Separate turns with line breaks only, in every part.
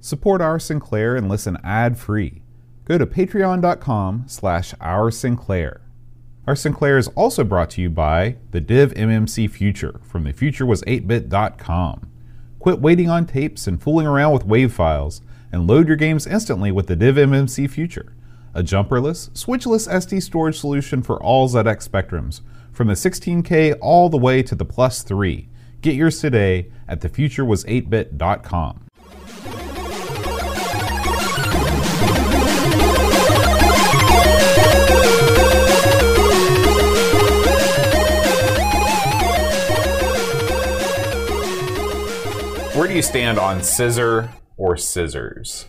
Support Our Sinclair and listen ad-free. Go to patreon.com slash Our Sinclair. Our Sinclair is also brought to you by the Div MMC Future from thefuturewas8bit.com. Quit waiting on tapes and fooling around with WAV files and load your games instantly with the Div MMC Future, a jumperless, switchless SD storage solution for all ZX spectrums, from the 16K all the way to the plus 3. Get yours today at thefuturewas8bit.com. Where do you stand on scissor or scissors?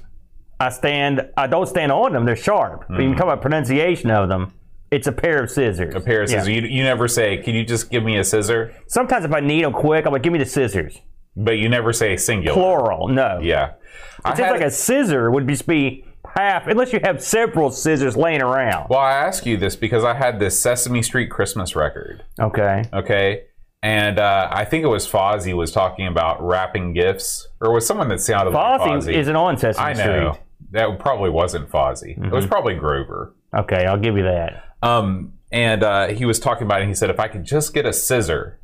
I stand. I don't stand on them. They're sharp. But you talk about pronunciation of them. It's a pair of scissors.
Mm-hmm. A pair of scissors. You, you never say, "Can you just give me a scissor?"
Sometimes if I need them quick, I'm like, give me the scissors.
But you never say singular.
Plural. No.
Yeah, I
It seems
had-
like a scissor would just be half, unless you have several scissors laying around.
Well, I ask you this because I had this Sesame Street Christmas record,
Okay.
okay? And uh, I think it was Fozzie was talking about wrapping gifts, or was someone that sounded like
Fozzie
Fozzie.
isn't on Sesame
I know
Street. Mm-hmm.
that probably wasn't Fozzie. It was probably Grover.
Okay, I'll give you that.
Um, and uh, he was talking about it. And he said, "If I could just get a scissor,"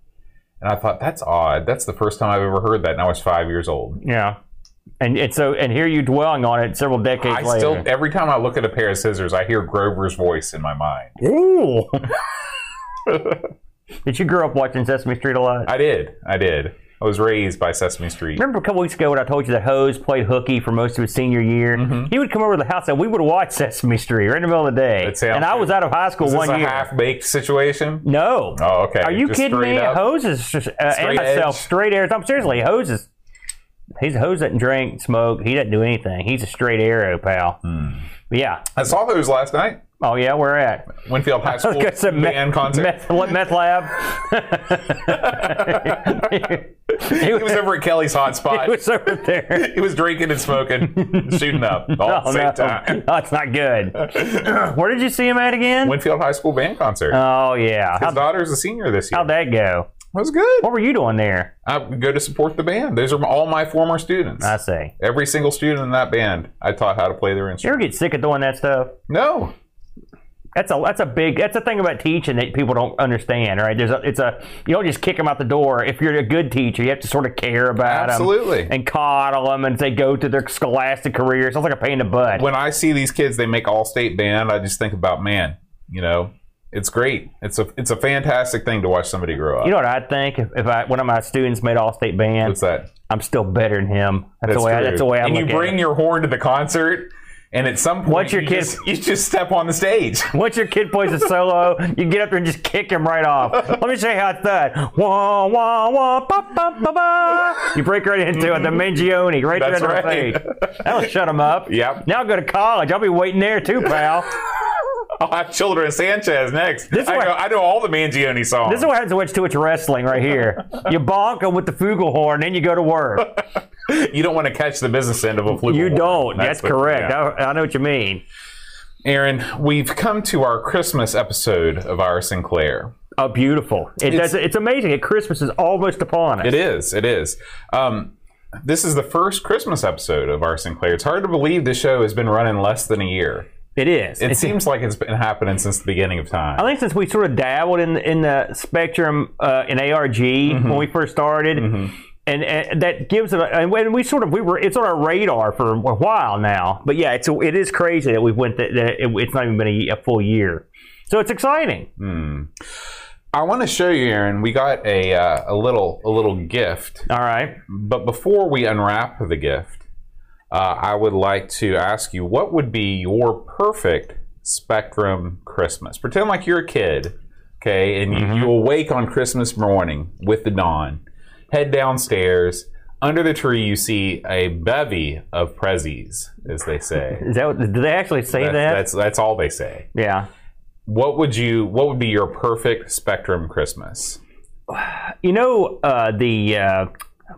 and I thought that's odd. That's the first time I've ever heard that, and I was five years old.
Yeah. And, and so and here you dwelling on it several decades
I
later.
still every time I look at a pair of scissors, I hear Grover's voice in my mind.
Ooh. Did you grow up watching Sesame Street a lot?
I did, I did. I was raised by Sesame Street.
Remember a couple weeks ago when I told you that Hose played hooky for most of his senior year?
Mm-hmm.
He would come over to the house and we would watch Sesame Street right in the middle of the day.
That sounds
And I was out of high school
Is this
one
a
year.
half baked situation?
no.
Oh, okay.
Are you
Just
kidding
straight
me?
up?
Hose is just, uh, and
Straight
myself,
edge?
straight arrows. I'm seriously, Hose is. He's Hose doesn't drink, smoke. He doesn't do anything. He's a straight arrow, pal.
Hmm.
But yeah.
I saw those last night.
Oh, yeah, we're at.
Winfield High School
Got some
band
meth,
concert.
Meth, what, meth lab?
he was over at Kelly's hot spot.
It was over there.
he was drinking and smoking, shooting up all at the
Oh,
same
no.
time.
That's not good. Where did you see him at again?
Winfield High School band concert.
oh, yeah.
His
How,
daughter's a senior this year.
how'd that go?
That was good.
What were you doing there?
I go to support the band. Those are all my former students.
I say.
Every single student in that band, I taught how to play their
You
instrument.
ever get sick of doing that stuff?
No,
That's a that's a big that's a thing about teaching that people don't understand, right? There's a it's a you don't just kick them out the door. If you're a good teacher, you have to sort of care about
Absolutely.
them and coddle them and say go to their scholastic career. Sounds like a pain in the butt.
when I see these kids, they make all state band. I just think about man, you know, it's great. It's a it's a fantastic thing to watch somebody grow up.
you know what I think? If, if I one of my students made all state band,
What's that?
I'm still better than him. That's, the way. I,
true.
that's the way I
And
look
you bring
at it.
your horn to the concert, and at some point,
Once your
you,
kid-
just, you just step on the stage.
Once your kid plays a solo, you get up there and just kick him right off. Let me show you how it's done. Wah, wah, wah, ba, ba, ba, ba. You break right into it, the Mangione, right
Mm-hmm. That's
there in
right.
the face. That'll shut him up.
Yep.
Now go to college. I'll be waiting there too, pal.
I'll have Children Sanchez next.
This is
I,
what-
know, I know all the Mangione songs.
This is what happens when it's too much wrestling right here. You bonk him with the flugelhorn, then you go to work.
you don't want to catch the business end of a fluke.
You don't. That's, correct.
yeah.
I, I know what you mean.
Aaron, we've come to our Christmas episode of our Sinclair.
Oh, beautiful. It,
It's-
it's, it's amazing. that Christmas is almost upon us.
It is. It is. Um, this is the first Christmas episode of our Sinclair. It's hard to believe this show has been running less than a year.
it is.
It
It's-
seems like it's been happening since the beginning of time.
I think since we sort of dabbled in in the spectrum uh, in ARG
Mm-hmm.
when we first started, and, and that gives it. A, and when we sort of we were it's on our radar for a while now. But yeah, it's it is crazy that we went that, that it, it's not even been a, ye- a full year. So it's exciting.
I want to show you, Aaron. We got a uh, a little a little gift,
All right.
but before we unwrap the gift, uh, I would like to ask you what would be your perfect Spectrum Christmas? Pretend like you're a kid, okay, and you,
Mm-hmm.
you awake on Christmas morning with the dawn. Head downstairs. Under the tree, you see a bevy of prezzies, as they say.
Is that what- did they actually say that?
That's that's all they say.
yeah.
What would you? What would be your perfect Spectrum Christmas?
You know uh, the. Uh,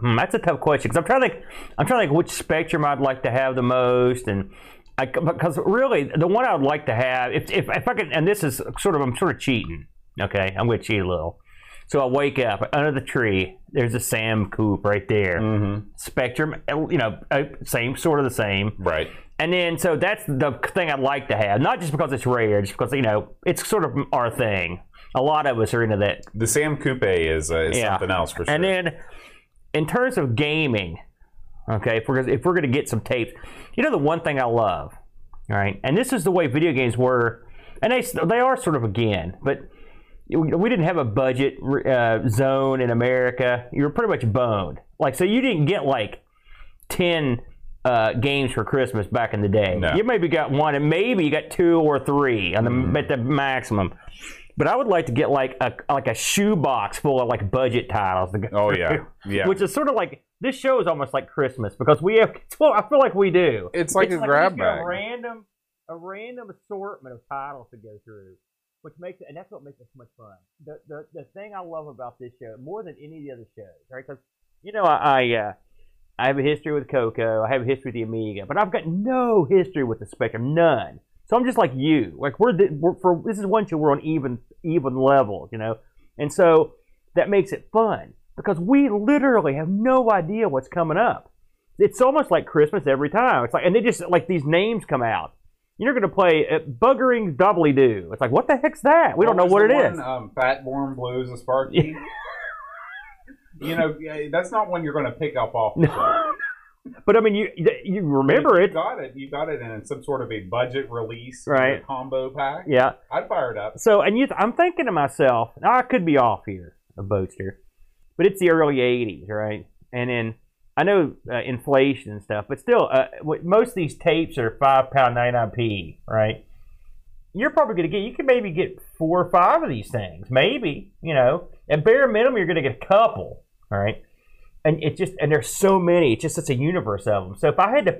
hmm, that's a tough question because I'm trying to think. I'm trying to think which spectrum I'd like to have the most, and I, because really the one I would like to have, if, if if I could, and this is sort of I'm sort of cheating. Okay, I'm going to cheat a little. So I wake up under the tree. There's a Sam Coop right there.
Mm-hmm.
Spectrum, you know, uh, same sort of the same.
Right.
And then, so that's the thing I'd like to have, not just because it's rare, just because you know it's sort of our thing. A lot of us are into that.
The Sam Coupe is, uh, is
Yeah.
something else for sure.
And then, in terms of gaming, okay, if we're gonna- if we're going to get some tapes, you know the one thing I love, all right, and this is the way video games were, and they they are sort of again, but we didn't have a budget uh, zone in America. You were pretty much boned, like so you didn't get like ten. Uh, games for Christmas back in the day.
No.
You maybe got one, and maybe you got two or three on the at the maximum. But I would like to get like a like a shoebox full of like budget titles. To go
oh yeah,
through.
yeah.
Which is sort of like this show is almost like Christmas because we have. Well, I feel like we do.
it's like a grab
just got
bag.
A random, a random assortment of titles to go through, which makes it, and that's what makes it so much fun. The the, the thing I love about this show more than any of the other shows, right? Because you know I. I uh, I have a history with Coco. I have a history with the Amiga, but I've got no history with the Spectrum, none. So I'm just like you. Like we're, the, we're for this is one show we're on even even levels, you know. And so that makes it fun because we literally have no idea what's coming up. It's almost like Christmas every time. It's like and they just like these names come out. You're going to play uh, buggering doubly do. It's like what the heck's that? We don't know
was
what it
the
is.
one, Um, fat born blues and Sparky. you know, yeah, that's not one you're going to pick up off. The shelf.
But I mean, you you remember
You
it,
got it. You got it in some sort of a budget release
Right.
combo pack.
yeah.
I'd fire it up.
So, and you, I'm thinking to myself, now I could be off here, a boaster, but it's the early '80s, right? And then I know uh, inflation and stuff, but still, uh, what- most of these tapes are five pound ninety nine p, right? You're probably gonna get, you can maybe get four or five of these things, maybe, you know, at bare minimum, you're gonna get a couple, all right? And it just, and there's so many, it's just such a universe of them. So if I had to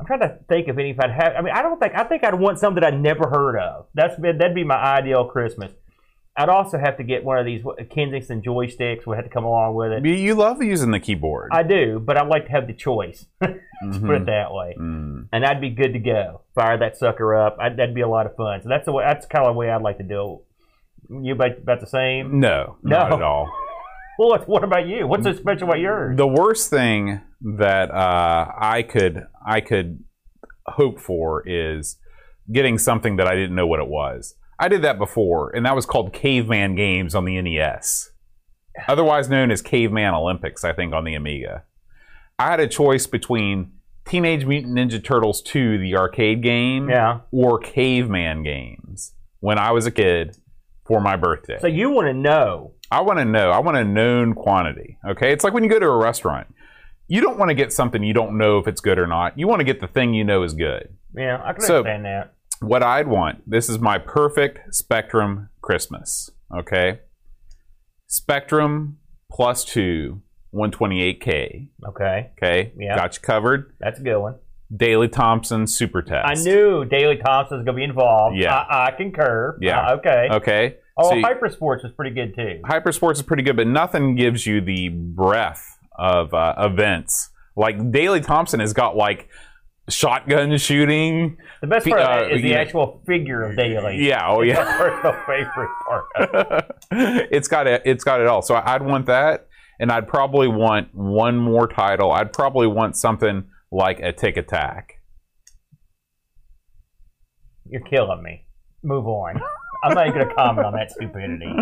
I'm trying to think of any if I'd have. I mean, I don't think I think I'd want some that I'd never heard of. That's been that'd be my ideal Christmas. I'd also have to get one of these what, Kensington joysticks. Would have to come along with it.
You, you love using the keyboard.
I do, but I'd like to have the choice. Put it
Mhm.
that way,
Mm.
and I'd be good to go. Fire that sucker up. I, that'd be a lot of fun. So that's the way. That's kind of the way I'd like to do it. You about, about the
Mm.
same?
No,
No.
not at all.
Well, what, what about you? What's so special about yours?
The worst thing that uh, I could I could hope for is getting something that I didn't know what it was. I did that before, and that was called Caveman Games on the NES, otherwise known as Caveman Olympics, I think, on the Amiga. I had a choice between Teenage Mutant Ninja Turtles 2, the arcade game,
Yeah.
or Caveman Games when I was a kid for my birthday.
So you want to know?
I want to know. I want a known quantity. Okay, it's like when you go to a restaurant, you don't want to get something you don't know if it's good or not. You want to get the thing you know is good.
Yeah, I can
So-
understand that.
What I'd want. This is my perfect Spectrum Christmas. Okay, Spectrum plus two, 128k.
Okay,
Okay,
Yeah.
got you covered.
that's a good one.
Daily Thompson Super Test.
I knew Daley Thompson was going to be involved.
Yeah.
I, I concur.
Yeah.
Uh, okay.
Okay.
Oh,
so you-
Hyper Sports was pretty good too.
Hypersports is pretty good, but nothing gives you the breadth of uh, events. Like Daley Thompson has got like shotgun shooting.
The best part of that
uh,
is the
yeah.
actual figure of Daley.
Yeah, oh yeah.
That's my favorite part. of it.
it's got it. It's got it all. So I'd want that, and I'd probably want one more title. I'd probably want something like a Tick Attack.
You're killing me. Move on. I'm not even going to comment on that stupidity.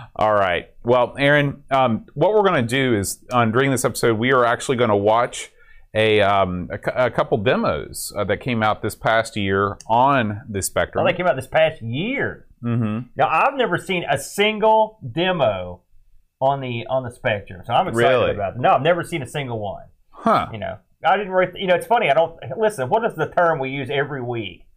All right. Well, Aaron, um, what we're going to do is on during this episode, we are actually going to watch a, um, a, cou- a couple demos uh, that came out this past year on the
Well,
Spectrum.
they came out this past year.
mm-hmm.
Now I've never seen a single demo on the on the Spectrum, so I'm excited
Really?
about it. No, I've never seen a single one.
Huh.
you know i didn't really you know it's funny i don't listen what is the term we use every week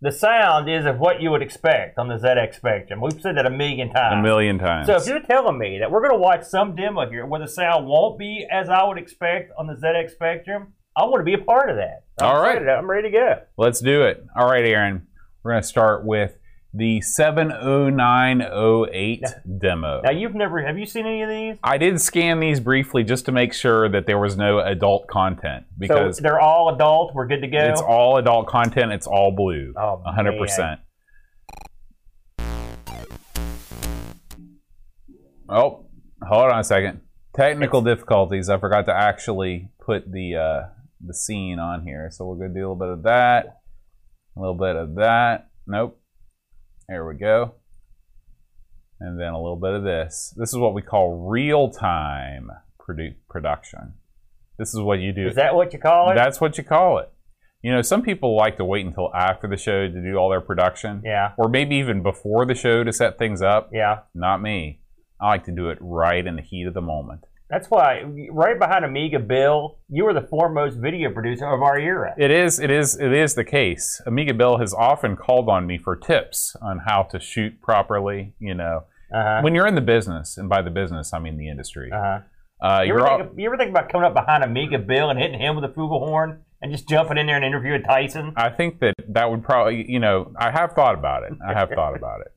the sound is of what you would expect on the zx spectrum we've said that a million times
A million times.
so if you're telling me that we're going to watch some demo here where the sound won't be as i would expect on the zx spectrum i want to be a part of that I'm
All right.
excited. i'm ready to go
Let's do it. All right, Aaron. We're going to start with the 70908 demo.
now you've never have you seen any of these
I did scan these briefly just to make sure that there was no adult content because
so they're all adult we're good to go
It's all adult content. It's all blue.
Oh,
hundred percent. Oh, hold on a second. Technical difficulties. I forgot to actually put the uh, the scene on here, so we're gonna do a little bit of that, a little bit of that. Nope. There we go. And then a little bit of this. This is what we call real time produ- production. This is what you do.
Is that what you call it?
That's what you call it. You know, some people like to wait until after the show to do all their production,
yeah.
or maybe even before the show to set things up.
Yeah.
Not me. I like to do it right in the heat of the moment.
That's why right behind Amiga Bill, you were the foremost video producer of our era.
It is, it is, it is the case. Amiga Bill has often called on me for tips on how to shoot properly. You know,
Uh-huh.
when you're in the business, and by the business I mean the industry,
Uh-huh.
uh,
You ever,
you're all,
think, you ever think about coming up behind Amiga Bill and hitting him with a flugelhorn and just jumping in there and interviewing Tyson?
I think that that would probably, you know, I have thought about it. I have thought about it.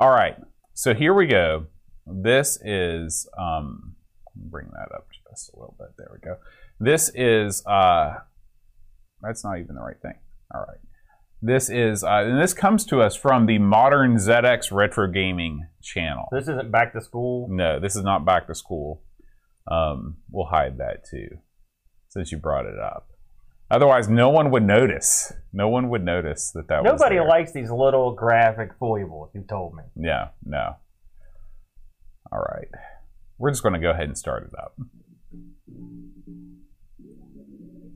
All right. So here we go. This is, um, bring that up just a little bit. There we go. This is, uh, that's not even the right thing. All right. This is, uh, and this comes to us from the Modern ZX Retro Gaming channel.
This isn't back to school.
No, this is not back to school. Um, we'll hide that too, since you brought it up. Otherwise, no one would notice. No one would notice that that was
Nobody
there.
likes these little graphic foibles, you told me.
Yeah, no. All right, we're just going to go ahead and start it up.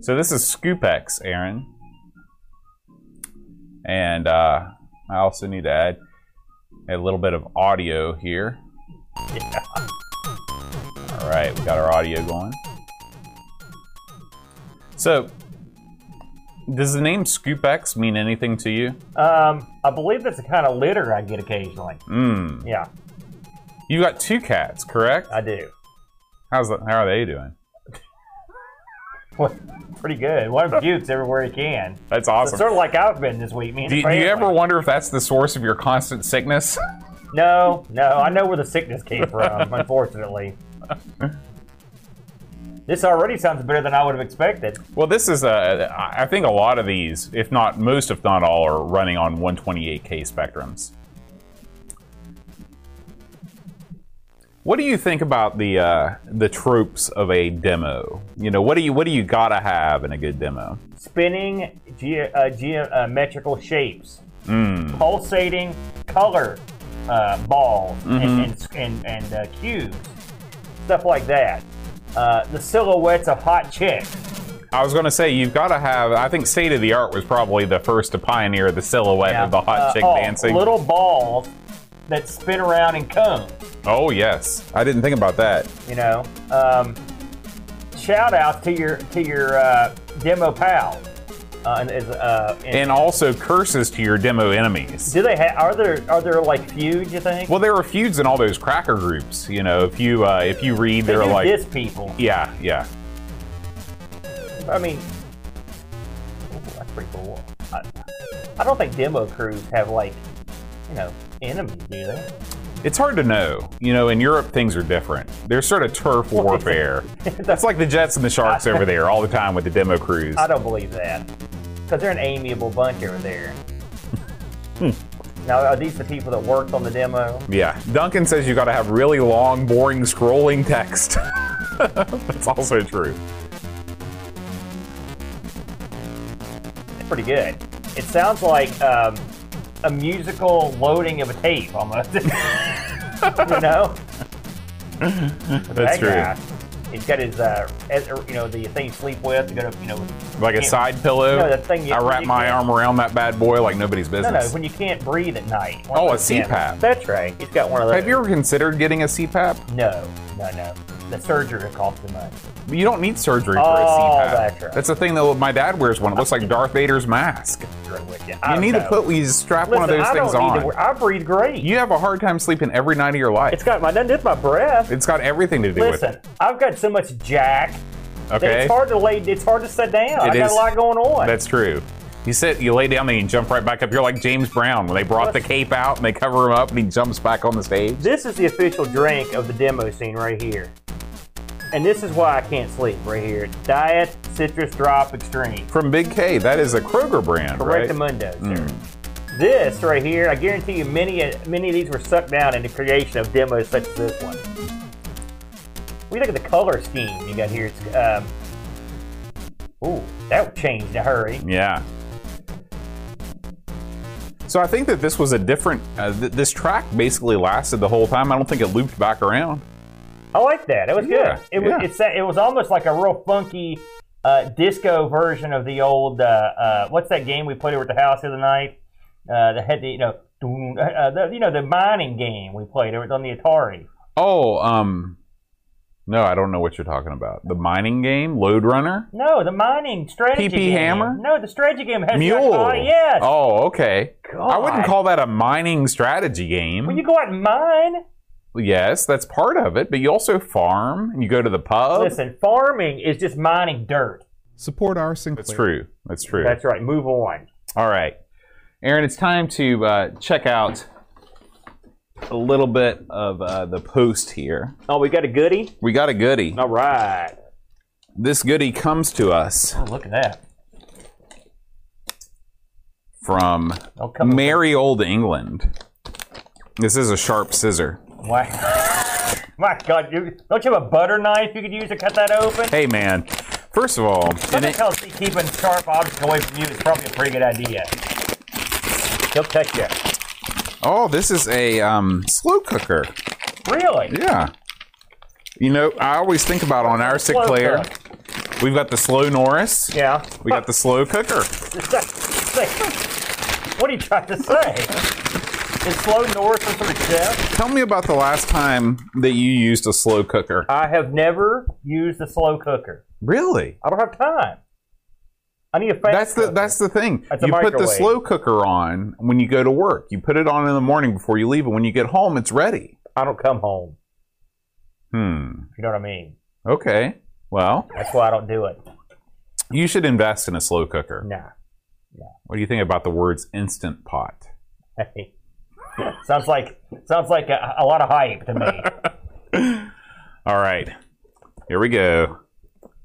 So this is Scoopex, Aaron, and uh, I also need to add a little bit of audio here.
Yeah.
All right, we got our audio going. So, does the name ScoopX mean anything to you?
Um, I believe that's the kind of litter I get occasionally.
Mm.
Yeah,
You got two cats, correct?
I do.
How's that, how are they doing?
Pretty good. One pukes everywhere he can.
That's
It's
awesome.
sort of like I've been this week. Me and
do,
the
do you
family.
ever wonder if that's the source of your constant sickness?
No, no. I know where the sickness came from, unfortunately. This already sounds better than I would have expected.
well, this is a. I I think a lot of these, if not most, if not all, are running on 128k spectrums. What do you think about the uh, the tropes of a demo? You know, what do you what do you gotta have in a good demo?
Spinning ge- uh, geometrical shapes,
Mm.
pulsating color uh, balls
Mm-hmm.
and, and, and, and uh, cubes, stuff like that. Uh, the silhouettes of hot chicks.
I was gonna say you've gotta have. I think state of the art was probably the first to pioneer the silhouette of the hot
Uh,
chick
oh,
dancing.
Little balls that spin around in cones.
oh yes, I didn't think about that.
you know um, shout out to your to your uh, demo pal uh, and, is, uh, and,
And also curses to your demo enemies.
do they have are there are there like feuds you think
Well, there are feuds in all those cracker groups. You know, if you uh, if you read,
they
they're
do
like,
diss people
yeah, yeah.
I mean ooh, that's pretty cool I, I don't think demo crews have like you know enemies do they
It's hard to know. You know, in Europe, things are different. There's sort of turf warfare. That's like the Jets and the Sharks over there all the time with the demo crews.
I don't believe that because they're an amiable bunch over there
Hmm.
now are these the people that worked on the demo
Yeah. Duncan says you got to have really long, boring, scrolling text. That's also true.
pretty good. It sounds like um, a musical loading of a tape almost. you know,
That's
that
true.
guy. He's got his, uh, ed- or, you know, the thing you sleep with. You got to, you know,
Like a
Yeah.
side pillow.
No, that thing you-
I wrap
you
my
can-
arm around that bad boy like nobody's
no,
business.
no, when you can't breathe at night.
Oh, a
One of those things.
CPAP.
That's right. He's got one of those.
Have you ever considered getting a CPAP?
No, no, no. The surgery costs too much.
You don't need surgery for a
Oh,
CPAP.
that's right.
the thing that my dad wears one. It looks like Darth Vader's mask.
You're with you.
You
I
need
don't
to
know.
put, you strap
Listen,
one of those
I don't
things
need
on.
To, wor- I breathe great.
you have a hard time sleeping every night of your life.
it's got my. That's my breath.
it's got everything to do with
Listen,
it.
I've got so much jack. that
Okay,
It's hard to lay. It's hard to sit down.
It
I got
is.
a lot going on.
that's true. You sit, you lay down, and you jump right back up. You're like James Brown when they brought the cape out and they cover him up, and he jumps back on the stage.
This is the official drink of the demo scene right here. And this is why I can't sleep right here. Diet Citrus Drop Extreme.
From Big K, that is a Kroger brand,
Correct
right? Mm.
Mundo, sir. this right here, I guarantee you, many uh, many of these were sucked down in the creation of demos such as this one. We look at the color scheme you got here. It's, um, ooh, that changed in a hurry.
Yeah. So I think that this was a different. Uh, th- this track basically lasted the whole time. I don't think it looped back around.
I like that. It was
Yeah,
good. It was
yeah.
it's that it was almost like a real funky uh, disco version of the old uh, uh, what's that game we played over at the house the other night? Uh, the head, you know, doom, uh, uh, the, you know, the mining game we played. It was on the Atari.
Oh, um, no, I don't know what you're talking about. The mining game, Load Runner,
No, the mining strategy.
PP
game.
Hammer?
No, the strategy game has
Mule.
Oh, yes.
Oh, okay.
God.
I wouldn't call that a mining strategy game.
When you go out and mine,
yes, that's part of it, but you also farm and you go to the pub.
listen, farming is just mining dirt.
Support our Sinclair.
that's true. That's true.
That's right. Move on.
All right, Aaron, it's time to uh, check out a little bit of uh, the post here.
Oh, we got a goodie.
We got a goodie.
All right.
This goodie comes to us
Oh, look at that.
from
Oh, come on.
Merry Old England. This is a sharp scissor.
Why? My God, you, don't you have a butter knife you could use to cut that open?
Hey, man. First of all,
Someone tells me keeping sharp objects away from you is probably a pretty good idea. He'll catch you.
oh, this is a um, slow cooker.
Really?
Yeah. You know, I always think about on our
Slow
Sinclair,
cook.
we've got the slow Norris.
Yeah.
We got the slow cooker.
what are you trying to say? Is slow north some sort of chef?
Tell me about the last time that you used a slow cooker.
I have never used a slow cooker.
Really?
I don't have time. I need a fast.
That's the
cooker.
that's the thing.
That's a
you put the
microwave.
slow cooker on when you go to work. You put it on in the morning before you leave, and when you get home, it's ready.
I don't come home.
Hmm.
If you know what I mean.
Okay. Well,
That's why I don't do it.
you should invest in a slow cooker.
Nah.
What do you think about the words instant pot?
sounds like sounds like a, a lot of hype to me.
All right. Here we go.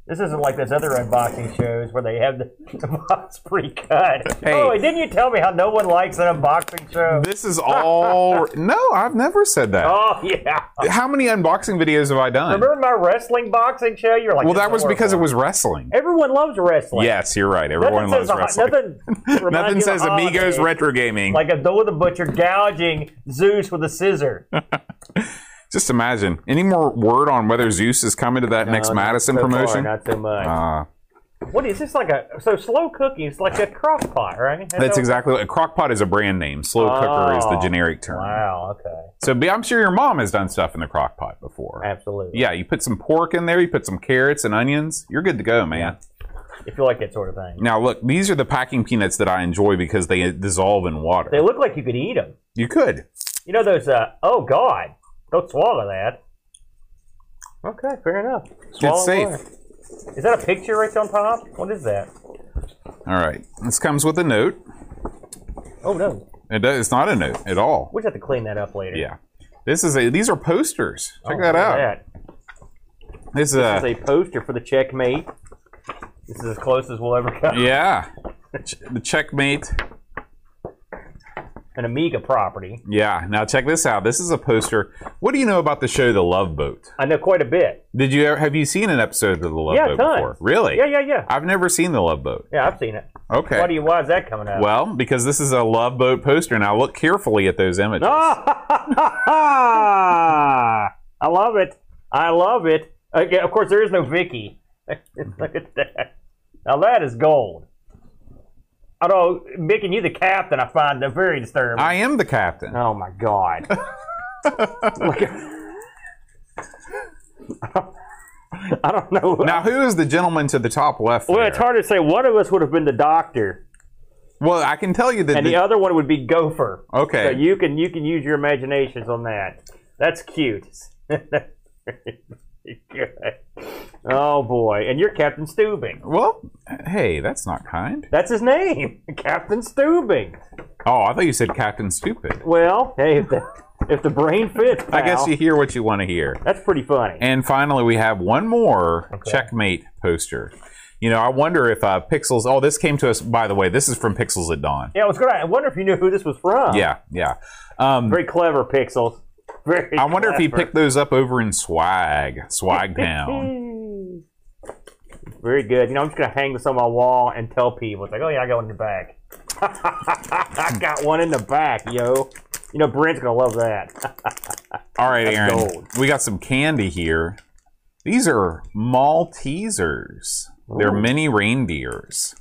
This isn't like those other unboxing shows where they have the, the box pre-cut.
Hey.
Oh, and didn't you tell me how no one likes an unboxing show?
This is all. no, I've never said that.
Oh yeah.
How many unboxing videos have I done?
Remember my wrestling boxing show? You were like,
well,
"This
that
is
was because it
horrible."
was wrestling.
everyone loves wrestling.
Yes, you're right.
Nothing
Everyone loves
says a-
wrestling.
Nothing, reminds
Nothing
you of
says Amigos
holidays
Retro Gaming.
Like Abdullah the Butcher gouging Zeus with a scissor.
Just imagine. Any more word on whether Zeus is coming to that next
No, not
Madison
so far,
promotion?
not so much.
uh,
what is this like a so slow cooking? It's like a crock pot, right?
that's
how-
exactly what crockpot is a brand name. Slow cooker is the
Oh,
generic term.
Wow. Okay.
So but I'm sure your mom has done stuff in the crock pot before.
Absolutely.
Yeah, you put some pork in there, you put some carrots and onions, you're good to go, man.
If you like that sort of thing,
Now look, these are the packing peanuts that I enjoy because they dissolve in water.
they look like you could eat them.
you could.
You know those? Uh, oh God! Don't swallow that. Okay, fair enough. Swallow
it's safe.
water. Is that a picture right there on top? What is that?
All right. This comes with a note.
Oh no,
It does, it's not a note at all.
we just have to clean that up later.
Yeah. This is a these are posters.
Oh,
Check that
look at
out.
that.
This is a,
This is a poster for the checkmate. This is as close as we'll ever come.
yeah. Ch- The checkmate.
An Amiga property.
Yeah. Now check this out. This is a poster. What do you know about the show The Love Boat?
I know quite a bit.
Did you ever, have you seen an episode of The Love
Yeah,
Boat
tons.
before? Really?
Yeah, yeah, yeah.
I've never seen The Love Boat.
Yeah, I've seen it.
Okay.
Why do you? Why is that coming up?
Well, because this is a Love Boat poster. Now look carefully at those images.
Ah! I love it. I love it. Okay, of course, there is no Vicky. Look at that. Now that is gold. Although making you the captain, I find that very disturbing.
I am the captain.
oh my god! Look at- I don't know.
Now, who is the gentleman to the top left?
well,
there?
it's hard to say. One of us would have been the doctor,
Well, I can tell you that.
and the
the-
other one would be Gopher. So
okay.
you can you can use your imaginations on that. That's cute. oh boy, and you're Captain Steubing.
well, hey, that's not kind.
That's his name, Captain Steubing.
Oh, I thought you said Captain Stupid.
Well, hey, if the, if the brain fits,
I guess
pal,
you hear what you want to hear.
that's pretty funny.
And finally, we have one more checkmate poster. You You know, I wonder if uh, Pixels. Oh, this came to us. By the way, this is from Pixels at Dawn.
Yeah, I was gonna. I wonder if you knew who this was from.
Yeah, yeah. Um,
very clever pixels. Very.
I wonder if he
clever.
picked those up over in Swag, Swag Town.
Very good. You know, I'm just gonna hang this on my wall and tell people. It's like, oh yeah, I got one in the back. I got one in the back, yo. You know, Brent's gonna love that.
All right, Aaron.
gold.
We got some candy here. These are Maltesers. They're
Ooh.
mini reindeers.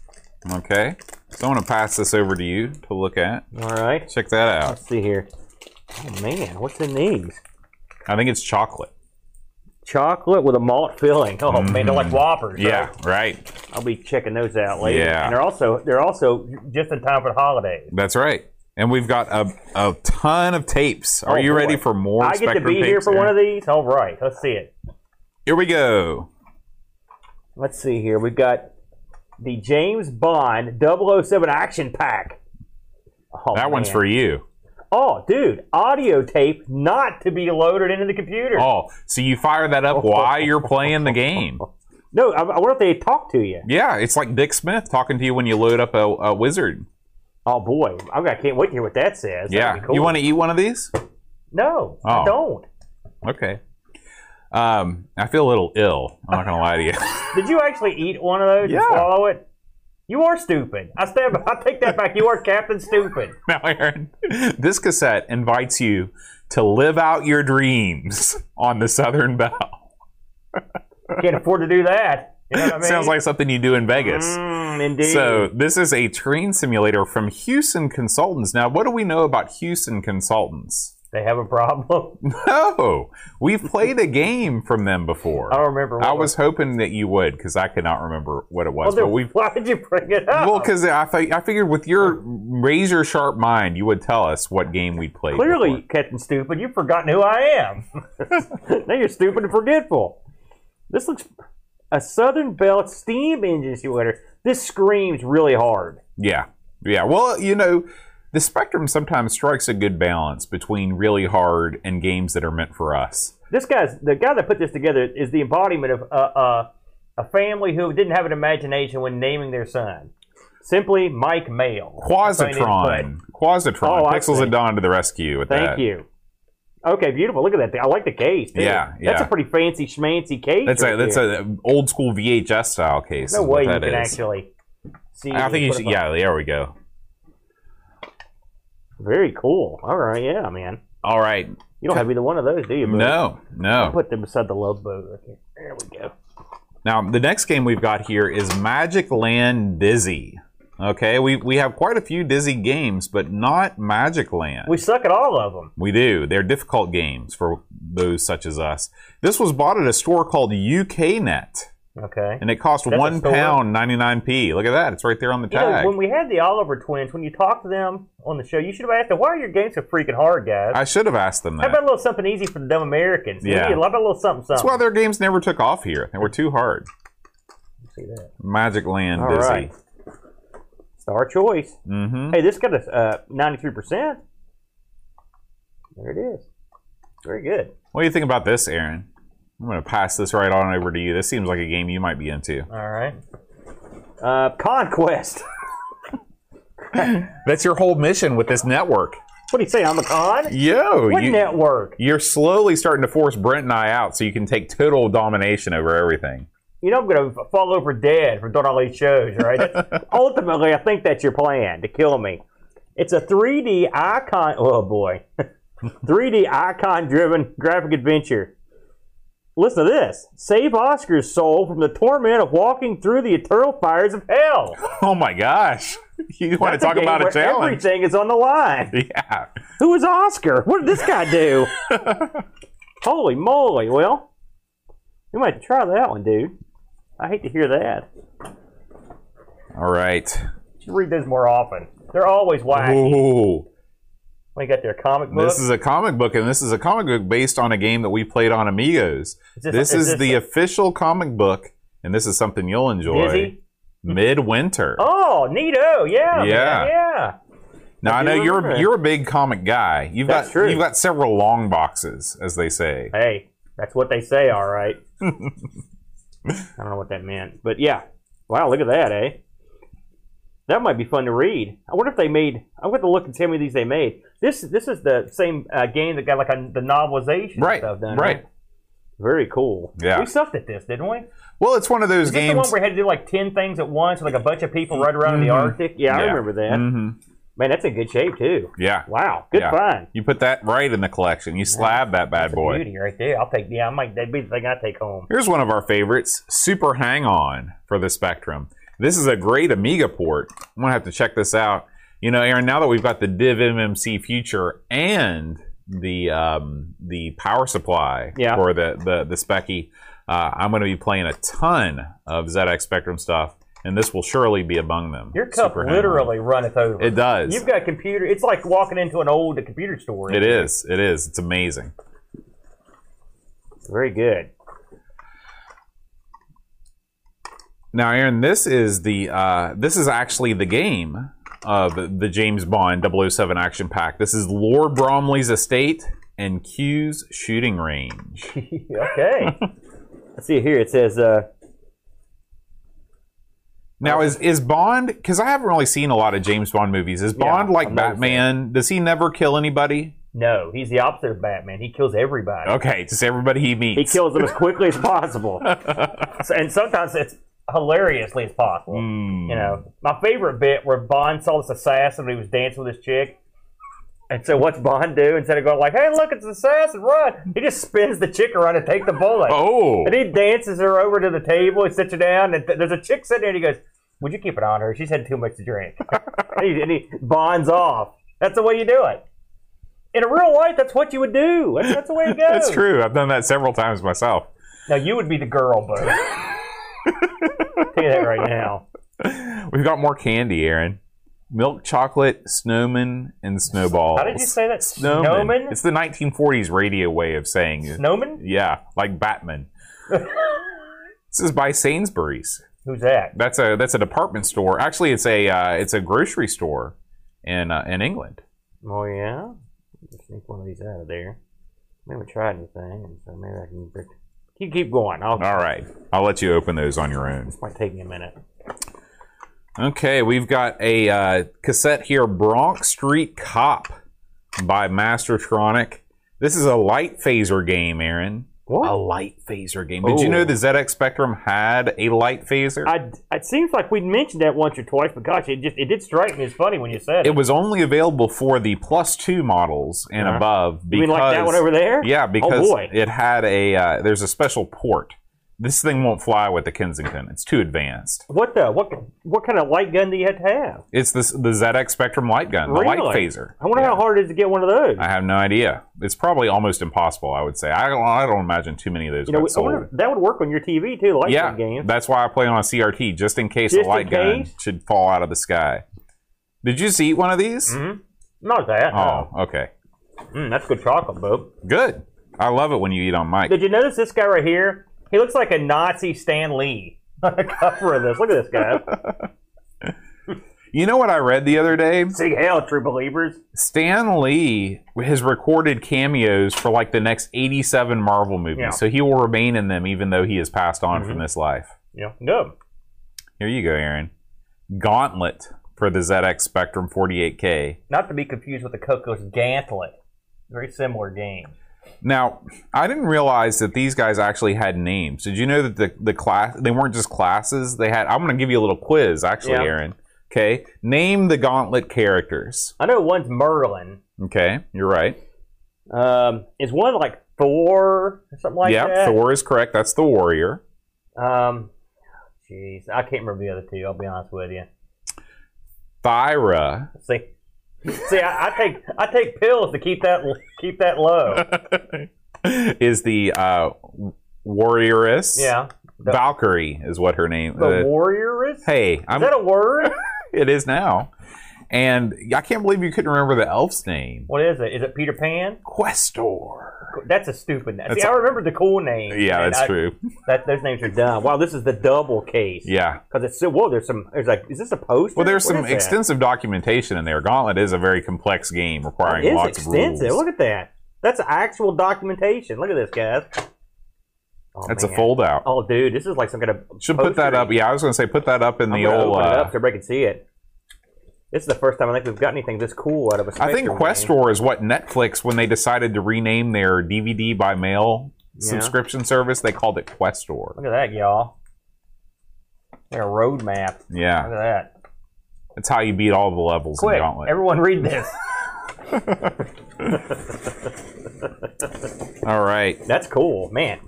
Okay. So I'm going to pass this over to you to look at.
All right.
Check that out.
Let's see here. Oh man, what's in these?
I think it's chocolate.
Chocolate with a malt filling. Oh man, they're like Whoppers. right?
Mm-hmm. Yeah, right.
I'll be checking those out later.
Yeah.
And they're also they're also just in time for the holidays.
That's right. And we've got a, a ton of tapes. Are
Oh,
you
boy.
ready for more
I get to
Spectrum
be here
tapes,
for
Aaron?
one of these. All right, let's see it.
Here we go.
Let's see here. We've got the James Bond 007 action pack. Oh,
That one's
man.
for you.
Oh, dude, audio tape not to be loaded into the computer.
Oh, so you fire that up while you're playing the game.
No, I, I wonder if they talk to you.
Yeah, it's like Dick Smith talking to you when you load up a, a wizard.
Oh boy, I I can't wait to hear what that says. That'd
yeah.
be cool.
You want to eat one of these?
No,
Oh.
I don't.
Okay. Um, I feel a little ill. I'm not gonna lie to you.
Did you actually eat one of those
Yeah.
and swallow it? You are stupid. I stand. I take that back. You are Captain Stupid.
now, Aaron, this cassette invites you to live out your dreams on the Southern Belle.
Can't afford to do that. You know what I mean?
Sounds like something you do in Vegas.
Mm, indeed.
So this is a train simulator from Houston Consultants. Now, what do we know about Houston Consultants?
they have a problem.
No, we've played a game from them before.
I don't remember. What
I was hoping that you would because I could not remember what it
Well,
was.
then
but we've
why did you bring it up?
Well, because I, fi- I figured with your razor sharp mind, you would tell us what game we played.
clearly,
before.
Captain Stupid, you've forgotten who I am. now you're stupid and forgetful. This looks a Southern Belle steam engine simulator. This screams really hard.
Yeah. Yeah. Well, you know, the spectrum sometimes strikes a good balance between really hard and games that are meant for us.
This guy's the guy that put this together is the embodiment of uh, uh, a family who didn't have an imagination when naming their son. Simply Mike Mail.
Quasitron. Quasitron.
Oh, I
Pixels
see.
and Dawn to the rescue with
Thank
that.
you. Okay, beautiful. Look at that thing. I like the case. too.
Yeah,
That's
yeah.
a pretty fancy schmancy case.
That's a
right
that's
there.
a old school VHS style case.
no
is what
way you
that
can
is.
actually see.
I think you
put
should.
it up.
Yeah, there we go.
Very cool. All right, yeah, man.
All right.
You don't have either one of those, do you? bud?
No, no.
Put them beside the love boat. Okay. There we go.
Now, the next game we've got here is Magic Land Dizzy. Okay, we, we have quite a few Dizzy games, but not Magic Land.
We suck at all of them.
We do. They're difficult games for those such as us. This was bought at a store called UKNet,
Okay.
and it cost
That's a
one
store?
pound ninety nine p. Look at that; it's right there on the
You know,
tag.
when we had the Oliver twins, when you talked to them on the show, you should have asked them, why are your games so freaking hard, guys?
I should have asked them
How about a
that.
little something easy for the dumb Americans? We
Yeah.
need a little- a little something,
That's why
something.
their games never took off here. They were too hard.
See that?
Magic Land
All
Dizzy.
right. It's our choice.
Mm-hmm.
Hey, this got a uh, ninety-three percent. There it is. Very good.
What do you think about this, Aaron? I'm going to pass this right on over to you. This seems like a game you might be into.
All right. Uh, conquest.
That's your whole mission with this network.
What do you say? I'm a con.
Yo,
What
you,
network?
you're slowly starting to force Brent and I out so you can take total domination over everything.
You know I'm gonna fall over dead from doing all these shows, right? That's- Ultimately, I think that's your plan to kill me. It's a 3D icon. Oh boy, 3D icon-driven graphic adventure. Listen to this: Save Oscar's soul from the torment of walking through the eternal fires of hell.
Oh my gosh. You want to
That's a
talk
game
about a
where
challenge?
Everything is on the line.
Yeah.
Who is Oscar? What did this guy do? Holy moly! Well, we might try that one, dude. I hate to hear that.
All right.
You read those more often. They're always wacky.
Ooh.
When you got their comic book.
This is a comic book, and this is a comic book based on a game that we played on Amigos.
this-
This
is
is
this
the
a-
official comic book, and this is something you'll enjoy.
Dizzy?
Midwinter.
Oh, neato. Yeah. man,
Yeah.
yeah.
Now I,
I do
know you're
remember it.
you're a big comic guy. You've
That's
got
true.
you've got several long boxes, as they say.
Hey, that's what they say, all right. I don't know what that meant, but yeah. Wow, look at that, eh? That might be fun to read. I wonder if they made. I'm going to look and see how many of these they made. This this is the same uh, game that got like a, the novelization
Right,
stuff done.
right.
Very cool.
Yeah.
We sucked at this, didn't we? Is
Well, it's one of those
this the
games.
one where we had to do like ten things at once, like a bunch of people right around in
Mhm.
the Arctic? Yeah, I
Yeah.
remember that.
hmm
Man, that's in good shape too.
Yeah,
Wow, good
Yeah.
find.
you put that right in the collection. You slab that bad
That's a
boy.
beauty right there. I'll take. Yeah, I might. That'd be the thing I take home.
Here's one of our favorites, Super Hang On for the Spectrum. This is a great Amiga port. I'm gonna have to check this out. You know, Aaron, now that we've got the Div MMC Future and the um, the power supply
Yeah.
for the the, the Specky, uh, I'm gonna be playing a ton of ZX Spectrum stuff, and this will surely be among them.
Your cup
Super Hang On.
literally runneth over.
It does.
You've got a computer. It's like walking into an old computer store.
it is. It is. It's amazing.
Very good.
Now, Aaron, this is the uh, this is actually the game of the James Bond 007 action pack. This is Lord Bromley's estate and Q's shooting range.
okay. Let's see here. It says, uh,
Now, is is Bond? Because I haven't really seen a lot of James Bond movies. Is
Yeah,
Bond like
I've noticed
Batman? Does he never kill anybody?
no, he's the opposite of Batman. He kills everybody.
Okay, just everybody he meets.
He kills them as quickly as possible. So- and sometimes it's hilariously as possible.
Hmm.
You know, my favorite bit where Bond saw this assassin when he was dancing with this chick. And so what's Bond do? Instead of going like, hey, look, it's an assassin, run. He just spins the chick around to take the bullet.
Oh,
And he dances her over to the table. He sits her down, and th- there's a chick sitting there. And he goes, "Would you keep it on her? She's had too much to drink." and, he, and he bonds off. That's the way you do it. In real life, that's what you would do. That's, that's the way it goes.
that's true. I've done that several times myself.
Now you would be the girl, boo. Tell you that right now.
We've got more candy, Aaron. Milk chocolate, snowman, and snowballs.
How did you say that?
Snowman.
Snowman.
It's the 1940s radio way of saying it.
Snowman?
Yeah, like Batman. this is by Sainsbury's.
Who's that?
That's a that's a department store. Actually, it's a uh, it's a grocery store in uh, in England.
Oh yeah. Let's sneak one of these out of there. We haven't tried anything, and so maybe I can. You keep going. I'll.
All right, I'll let you open those on your own.
This might take me a minute.
Okay, we've got a uh, cassette here, Bronx Street Cop by Mastertronic. This is a light phaser game, Aaron.
What?
A light phaser game. Did you
Ooh.
know the ZX Spectrum had a light phaser?
I, it seems like we'd mentioned that once or twice, but gosh, it just it did strike me as funny when you said it.
it was only available for the plus two models and
Uh-huh.
above because
you mean like that one over there? Oh,
yeah because
boy.
it had a uh, there's a special port this thing won't fly with the kensington it's too advanced
What the what what kind of light gun do you have to have?
it's this the zx spectrum light gun the light
Really?
phaser
I wonder
Yeah.
how hard it is to get one of those.
i have no idea it's probably almost impossible i would say i don't, I don't imagine too many of those
you know,
got
I
sold
wonder, that would work on your TV too, light
yeah
gun game.
that's why i play on a crt just in case a
Just in
light gun
case?
should fall out of the sky did you just eat one of these
hmm Not that.
oh
no.
okay
Mm, that's good chocolate, bub.
good i love it when you eat on mic
Did you notice this guy right here? He looks like a Nazi Stan Lee on the cover of this. Look at this guy.
You know what I read the other day?
Say hell, true believers.
Stan Lee has recorded cameos for like the next 87 Marvel movies,
Yeah.
so he will remain in them even though he has passed on from
Mhm.
this life.
Yeah, good.
Here you go, Aaron. Gauntlet for the ZX Spectrum 48K.
Not to be confused with the Coco's Gantlet. Very similar game.
Now, I didn't realize that these guys actually had names. Did you know that the, the class they weren't just classes? They had I'm going to give you a little quiz actually,
Yeah.
Aaron. Okay? Name the Gauntlet characters.
I know one's Merlin.
Okay? You're right.
Um, is one like Thor or something like
yeah,
that?
Thor is correct. That's the warrior.
Thor. Um, jeez, I can't remember the other two. I'll be honest with you.
Thyra.
See, see, I, I take I take pills to keep that keep that low.
is the uh, warrioress.
Yeah, the-
Valkyrie is what her name.
the
uh,
warrior is.
hey,
is
I'm,
that a word?
it is now, and I can't believe you couldn't remember the elf's name.
what is it? Is it Peter Pan?
Questor.
That's a stupid name. See,
That's a-
I remember the cool name.
Yeah,
and
that's
I-
true.
That those names are dumb. Wow, this is the double case.
Yeah.
Because it's so whoa. There's some. There's like, is this a poster?
Well, there's
What
some
is that?
extensive documentation in there. Gauntlet is a very complex game
It
requiring
is
lots
extensive.
of rules.
Look at that. That's actual documentation. Look at this, guys.
Oh,
That's a
man.
fold out.
Oh, dude, this is like some kind of
Should put that
poster.
up. Yeah, I was gonna say put that up in
I'm
the
gonna
old.
open it
Uh,
up so everybody can see it. This is the first time I think we've got anything this cool out of a
I
Spectrum
think
game.
Questor is what Netflix when they decided to rename their DVD by mail
Yeah.
subscription service. They called it Questor.
Look at that, y'all. Like a road map. Look
Yeah,
at that.
that's how you beat all the levels in
Quick,
Gauntlet.
everyone read this.
all right,
That's cool, man.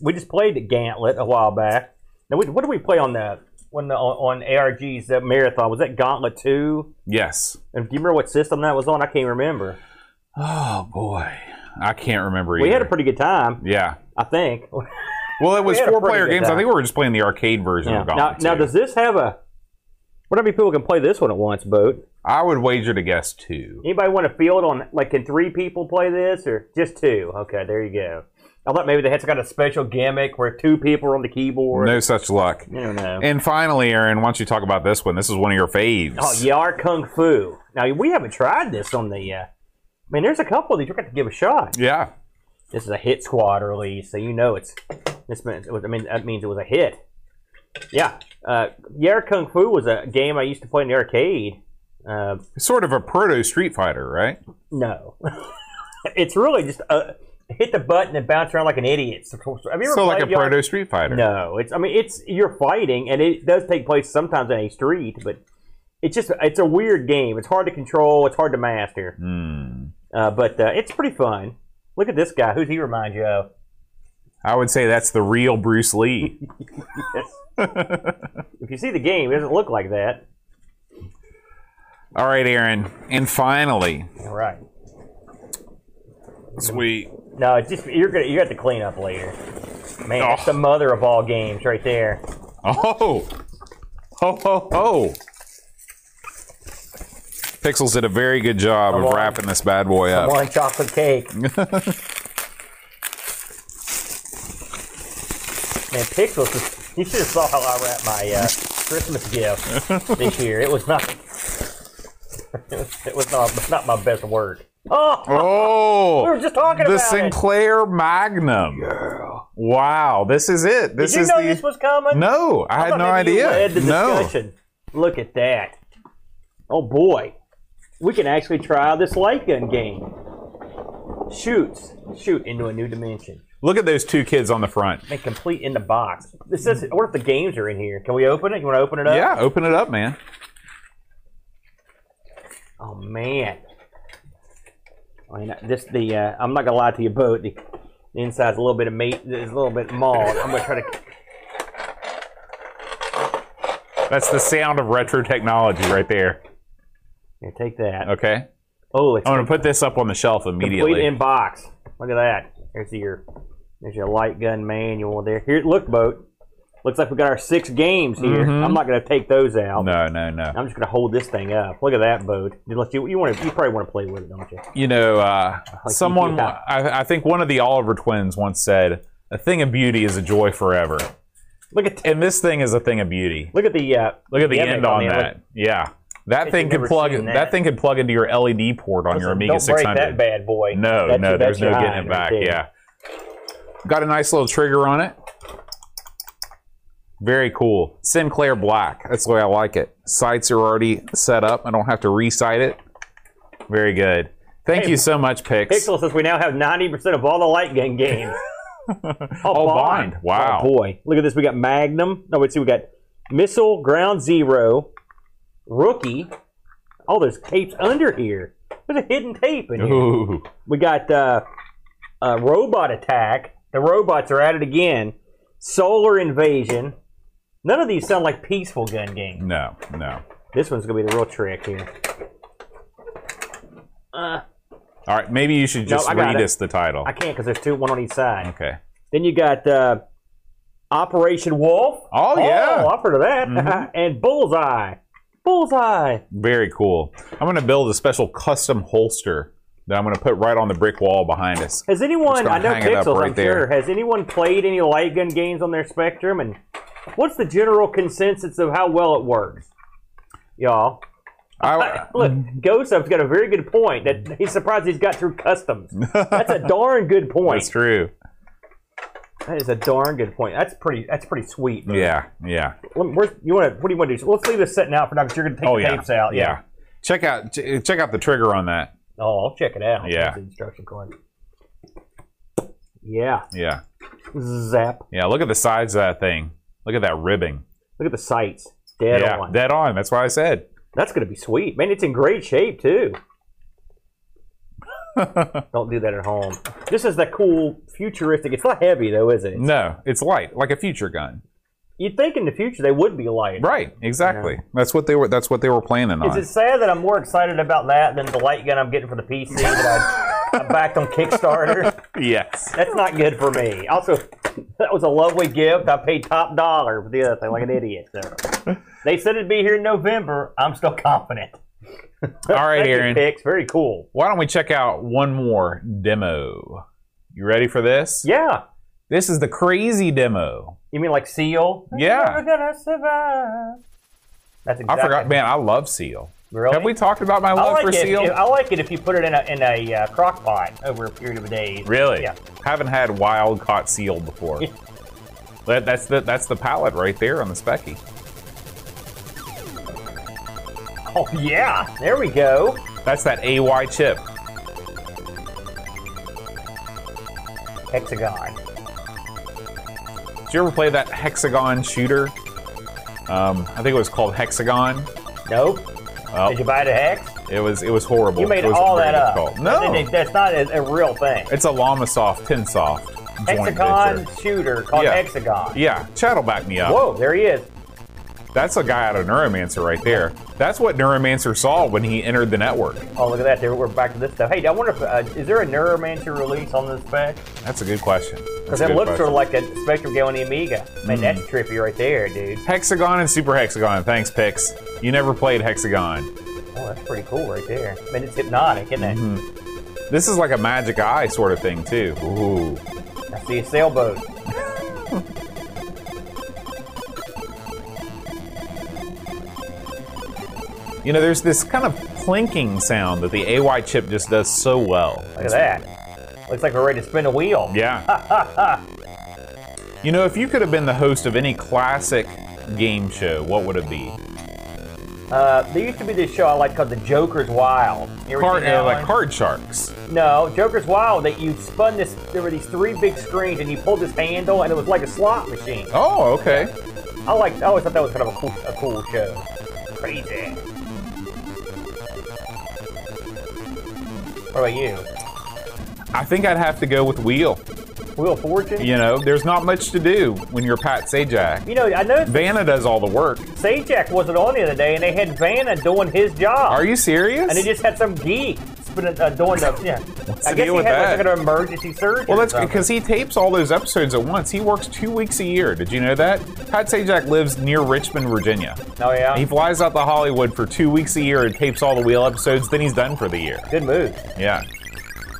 We just played the Gauntlet a while back. Now, we, what did we play on the when the, on ARG's uh, marathon? Was that Gauntlet two?
yes.
And do you remember what system that was on? I can't remember.
Oh boy, I can't remember.
We had a
either.
pretty good time,
yeah.
I think.
Well, it was
had a
four
pretty
player
good
games. I
time.
think we were just playing the arcade version
Yeah.
of
Now,
Gauntlet.
now,
two.
does this have a? What how many people can play this one at once, boat?
I would wager to guess two.
Anybody want to field on? Like, can three people play this or just two? Okay, there you go. I thought maybe they had some kind of special gimmick where two people are on the keyboard.
No such luck.
I don't know.
And finally, Aaron, why don't you talk about this one? This is one of your faves.
Oh, Yar Kung Fu. Now we haven't tried this on the. Uh, I mean, there's a couple of these we're going to give a shot.
Yeah.
This is a hit squad release, so you know it's. This means it was, I mean that means it was a hit. Yeah, uh, Yar Kung Fu was a game I used to play in the arcade. Uh,
Sort of a proto Street Fighter, right?
no, it's really just uh, hit the button and bounce around like an idiot. So, have you ever
So, like a
played Yar-
proto Street Fighter.
No, it's. I mean, it's you're fighting, and it does take place sometimes in a street, but it's just it's a weird game. It's hard to control. It's hard to master.
Hmm.
Uh, but uh, it's pretty fun. Look at this guy. Who's he remind you of?
I would say that's the real Bruce Lee.
If you see the game, it doesn't look like that.
All right, Aaron. And finally,
All right.
sweet.
No, it's just you're gonna you got to clean up later. Man, that's the mother of all games right there.
Oh, ho ho ho! Pixels did a very good job of
on.
wrapping this bad boy up.
One chocolate cake. Man, Pixels, is- you should have saw how I wrapped my uh, Christmas gift this year. It was not. It was not, not my best work. Oh,
Oh,
we were just talking
the
about it.
Sinclair Magnum. Wow, this is it. This
Did you
is
know
the
this was coming?
no. I, had
thought
no
maybe you
idea.
led the
no,
discussion. Look at that. Oh boy, we can actually try this light gun game. Shoots, shoot into a new dimension.
look at those two kids on the front.
And complete in the box. This is. What if the games are in here? Can we open it? You want to open it up?
Yeah, open it up, man.
Oh man. I mean, this the. Uh, I'm not gonna lie to you, boat. The, the inside's a little bit of meat. It's a little bit mauled. I'm gonna try to.
That's the sound of retro technology right there.
Here, take that.
Okay,
Oh, it's
I'm gonna put this up on the shelf immediately.
complete in box. Look at that. There's your there's your light gun manual there. Here, look, boat. Looks like we got our six games here.
Mhm.
I'm not gonna take those out.
no, no, no.
I'm just gonna hold this thing up. Look at that boat. Unless you you want to you probably want to play with it, don't you?
you know, uh, someone,
yeah.
I, I think one of the Oliver twins once said, a thing of beauty is a joy forever.
Look at
And this thing is a thing of beauty.
look at the uh,
Look at the
Yeah,
end
man,
on
yeah,
that. Yeah. That
Bet
thing
you've
could
never
plug
seen
that.
that.
thing could plug into your LED port on your Amiga
don't break that
600.
bad boy.
No,
That's-
no, there's
that's
no
your
getting
hide
it
right
back.
there.
yeah. Got a nice little trigger on it. Very cool. Sinclair Black. That's the way I like it. Sights are already set up. I don't have to resight it. Very good. Thank
Hey,
you so much, Pix.
Pixel says we now have 90% of all the light gun games.
Oh, Bond. Wow.
Oh, boy. Look at this. We got Magnum. No, wait, see, we got Missile, Ground Zero, Rookie. Oh, there's tapes under here. There's a hidden tape in here.
Ooh.
We got uh, uh, Robot Attack. The robots are at it again. Solar Invasion. None of these sound like peaceful gun games.
No, no.
This one's going to be the real trick here. Uh,
All right, maybe you should
No,
just
I got
read
it.
us the title.
I can't because there's two, one on each side.
Okay.
Then you got uh, Operation Wolf.
Oh, yeah. Mm-hmm.
Oh, I've heard of that. and Bullseye. Bullseye.
Very cool. I'm going to build a special custom holster that I'm going to put right on the brick wall behind us.
Has
Just
anyone,
gonna
I know
hang it up
Pixels,
right
I'm
there.
sure, has anyone played any light gun games on their Spectrum? And what's the general consensus of how well it works? Y'all. Uh,
I,
Look, Gosev's got a very good point that he's surprised he's got through customs. That's a darn good point.
that's true.
That is a darn good point. That's pretty. That's pretty sweet. man.
Yeah, yeah.
Let me- where's- you want to? What do you want to do? So let's leave this sitting out for now because you're going to take
Oh
the
yeah.
tapes out.
Yeah. Check out ch- check out the trigger on that.
Oh, I'll check it out.
Yeah.
That's the instruction card. Yeah.
Yeah,
Zap.
yeah. Look at the sides of that thing. Look at that ribbing.
Look at the sights. Dead
yeah,
on.
dead on. That's what I said.
That's going to be sweet, man. It's in great shape too. Don't do that at home. This is the cool futuristic. It's not heavy though, is it?
No, it's light, like a future gun.
You'd think in the future they would be light.
Right, exactly. That's what they were. That's what they were planning
Is
on.
it sad that I'm more excited about that than the light gun I'm getting for the PC that I, I backed on Kickstarter?
yes.
That's not good for me. Also, that was a lovely gift. I paid top dollar for the other thing like an idiot. So. They said it'd be here in November. I'm still confident.
All right,
Thank you,
Aaron.
Pix. Very cool.
Why don't we check out one more demo? You ready for this?
Yeah.
This is the crazy demo.
You mean like Seal?
Yeah.
We're gonna survive. That's
I
exactly.
forgot, man. I love Seal.
Really?
Have we talked about my
I
love
like
for
it.
Seal?
if- I like it if you put it in a in a uh, crock pot over a period of a day.
Really?
Yeah.
Haven't had wild caught seal before. that, that's the that's the palette right there on the specky.
Oh yeah. There we go.
That's that AY chip.
Hexagon.
Did you ever play that hexagon shooter? Um, I think it was called Hexagon.
Nope.
Oh.
Did you buy the hex?
It was it was horrible.
You made
It was
all
very
that up.
difficult.
That-
No,
that- that's not a, a real thing.
it's a Lamasoft Tinsoft joint
Hexagon
venture.
shooter called
Yeah.
Hexagon.
Yeah, chat will back me up.
Whoa, there he is.
That's a guy out of Neuromancer right there. That's what Neuromancer saw when he entered the network.
Oh, look at that. There, we're back to this stuff. Hey, I wonder if uh, is there a Neuromancer release on this spec?
That's a good question. That's
Because
a
it
good
looks
question. Hmm.
sort of like a Spectrum game on the Amiga. Man, that's trippy right there, dude.
Hexagon and Super Hexagon. Thanks, Pix. You never played Hexagon.
Oh, that's pretty cool right there. Man, it's hypnotic, isn't it?
Mm-hmm. This is like a magic eye sort of thing too. Ooh.
I see a sailboat.
You know, there's this kind of plinking sound that the AY chip just does so well.
Look at that. Looks like we're ready to spin a wheel.
Yeah. you know, if you could have been the host of any classic game show, what would it be?
Uh, there used to be this show I liked called The Joker's Wild. You ever
Card,
seen that
uh, like
one?
card sharks.
No, Joker's Wild. That you spun this. There were these three big screens, and you pulled this handle, and it was like a slot machine.
Oh, okay.
I like. I always thought that was kind of a cool, a cool show. Crazy. What about you?
I think I'd have to go with Wheel.
Wheel of Fortune.
You know, there's not much to do when you're Pat Sajak.
You know, I know
Vanna does all the work.
Sajak wasn't on the other day, and they had Vanna doing his job,
Are you serious?
and they just had some geek spinning, uh, doing the. Yeah. I
the
guess
deal
he
with
had like
that?
an emergency surgery.
Well,
or
that's
something.
because he tapes all those episodes at once. He works two weeks a year. Did you know that? Pat Sajak lives near Richmond, Virginia.
Oh yeah.
He flies out to Hollywood for two weeks a year and tapes all the wheel episodes. Then he's done for the year.
Good move.
Yeah.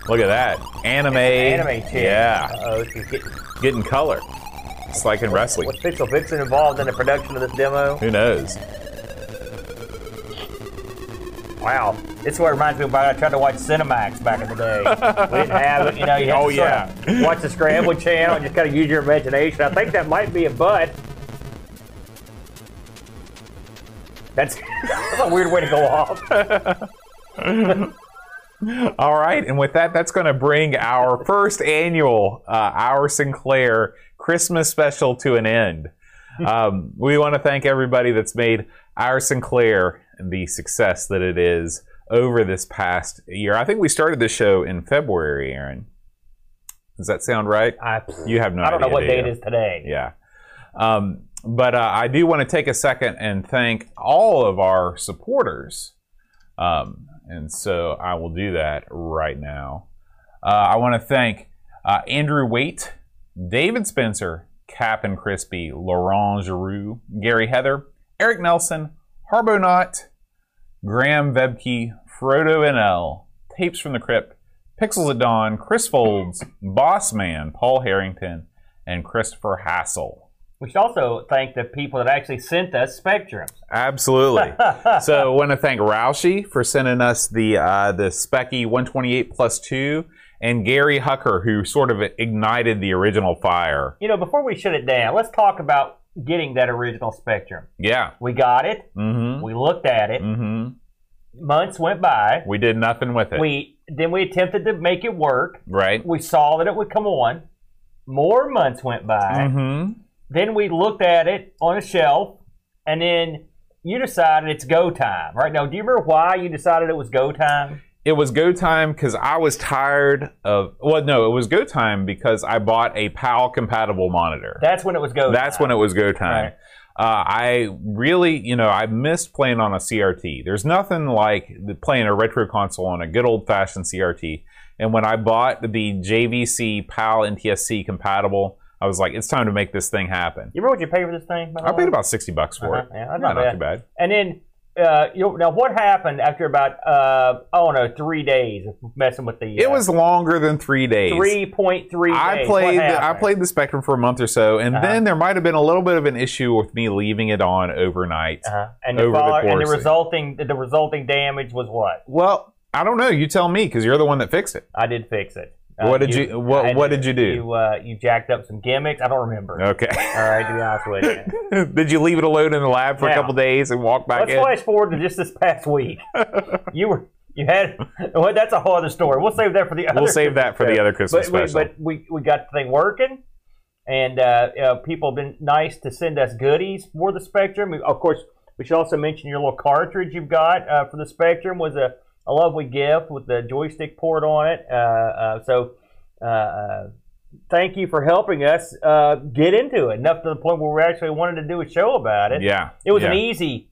Look at that. Anime.
Anime chick.
Yeah.
Oh, she's getting.
Getting color. It's like in wrestling.
Was Pixel Vixen involved in the production of this demo?
Who knows?
Wow. This is what reminds me about I tried to watch Cinemax back in the day. we didn't have it, you know, you had
Oh,
to sort of watch the Scramble channel and just kind of use your imagination. I think that might be a butt. That's, that's a weird way to go off.
All right. And with that, that's going to bring our first annual uh, Our Sinclair Christmas special to an end. Um, we want to thank everybody that's made Our Sinclair the success that it is over this past year. I think we started the show in February, Aaron. Does that sound right?
I,
You have no
I don't know
idea,
what
do
day it
you?
is today.
Yeah. Um, but uh, I do want to take a second and thank all of our supporters. Um, and so I will do that right now. Uh, I want to thank uh, Andrew Waite, David Spencer, Cap and Crispy, Laurent Giroux, Gary Heather, Eric Nelson, Harbonaut, Graham Vebke, Frodo NL, Tapes from the Crypt, Pixels at Dawn, Chris Folds, Boss Man, Paul Harrington, and Christopher Hassel.
We should also thank the people that actually sent us Spectrum.
Absolutely. so I want to thank Roushi for sending us the uh, the Specky 128 plus two and Gary Hucker, who sort of ignited the original fire.
You know, before we shut it down, let's talk about getting that original Spectrum.
Yeah.
We got it.
Mm-hmm.
We looked at it.
Mm-hmm.
Months went by.
We did nothing with it.
We then we attempted to make it work.
right.
We saw that it would come on. More months went by.
Mm-hmm.
Then we looked at it on a shelf, and then you decided it's go time. Right now, do you remember why you decided it was go time?
It was go time because I was tired of. Well, no, it was go time because I bought a PAL compatible monitor.
That's when it was go.
That's when it was go time. Uh, I really, you know, I missed playing on a CRT. There's nothing like the- playing a retro console on a good old fashioned CRT. And when I bought the JVC PAL NTSC compatible, I was like, it's time to make this thing happen.
You remember what you paid for this thing? by the
I paid
way?
about 60 bucks for
Uh-huh,
it.
yeah,
Not,
not
not
bad.
too bad.
And then, uh, you now what happened after about uh, I don't know three days of messing with the? uh,
It was longer than three days.
three point three.
I played the, I played the Spectrum for a month or so, and
Uh-huh.
then there might have been a little bit of an issue with me leaving it on overnight.
uh and the,
over the
follow- and the
course.
resulting the resulting damage was what?
Well, I don't know. You tell me because you're the one that fixed it.
I did fix it. Uh,
what did you,
I
What What did you do?
You uh, you jacked up some gimmicks. I don't remember.
Okay.
All right, to be honest with you.
Did you leave it alone in the lab for a
Yeah.
couple days and walk back
Let's
in?
flash forward to just this past week. you were you had well, that's a whole other story. We'll save that for the other.
We'll save that for the other Christmas
but, we,
special.
but we we got the thing working, and uh, uh, people have been nice to send us goodies for the Spectrum. We- Of course, we should also mention your little cartridge you've got uh, for the Spectrum was a, a lovely gift with the joystick port on it. Uh, uh, so. Uh, uh, Thank you for helping us uh, get into it enough to the point where we actually wanted to do a show about it.
yeah.
It was an
yeah.
easy.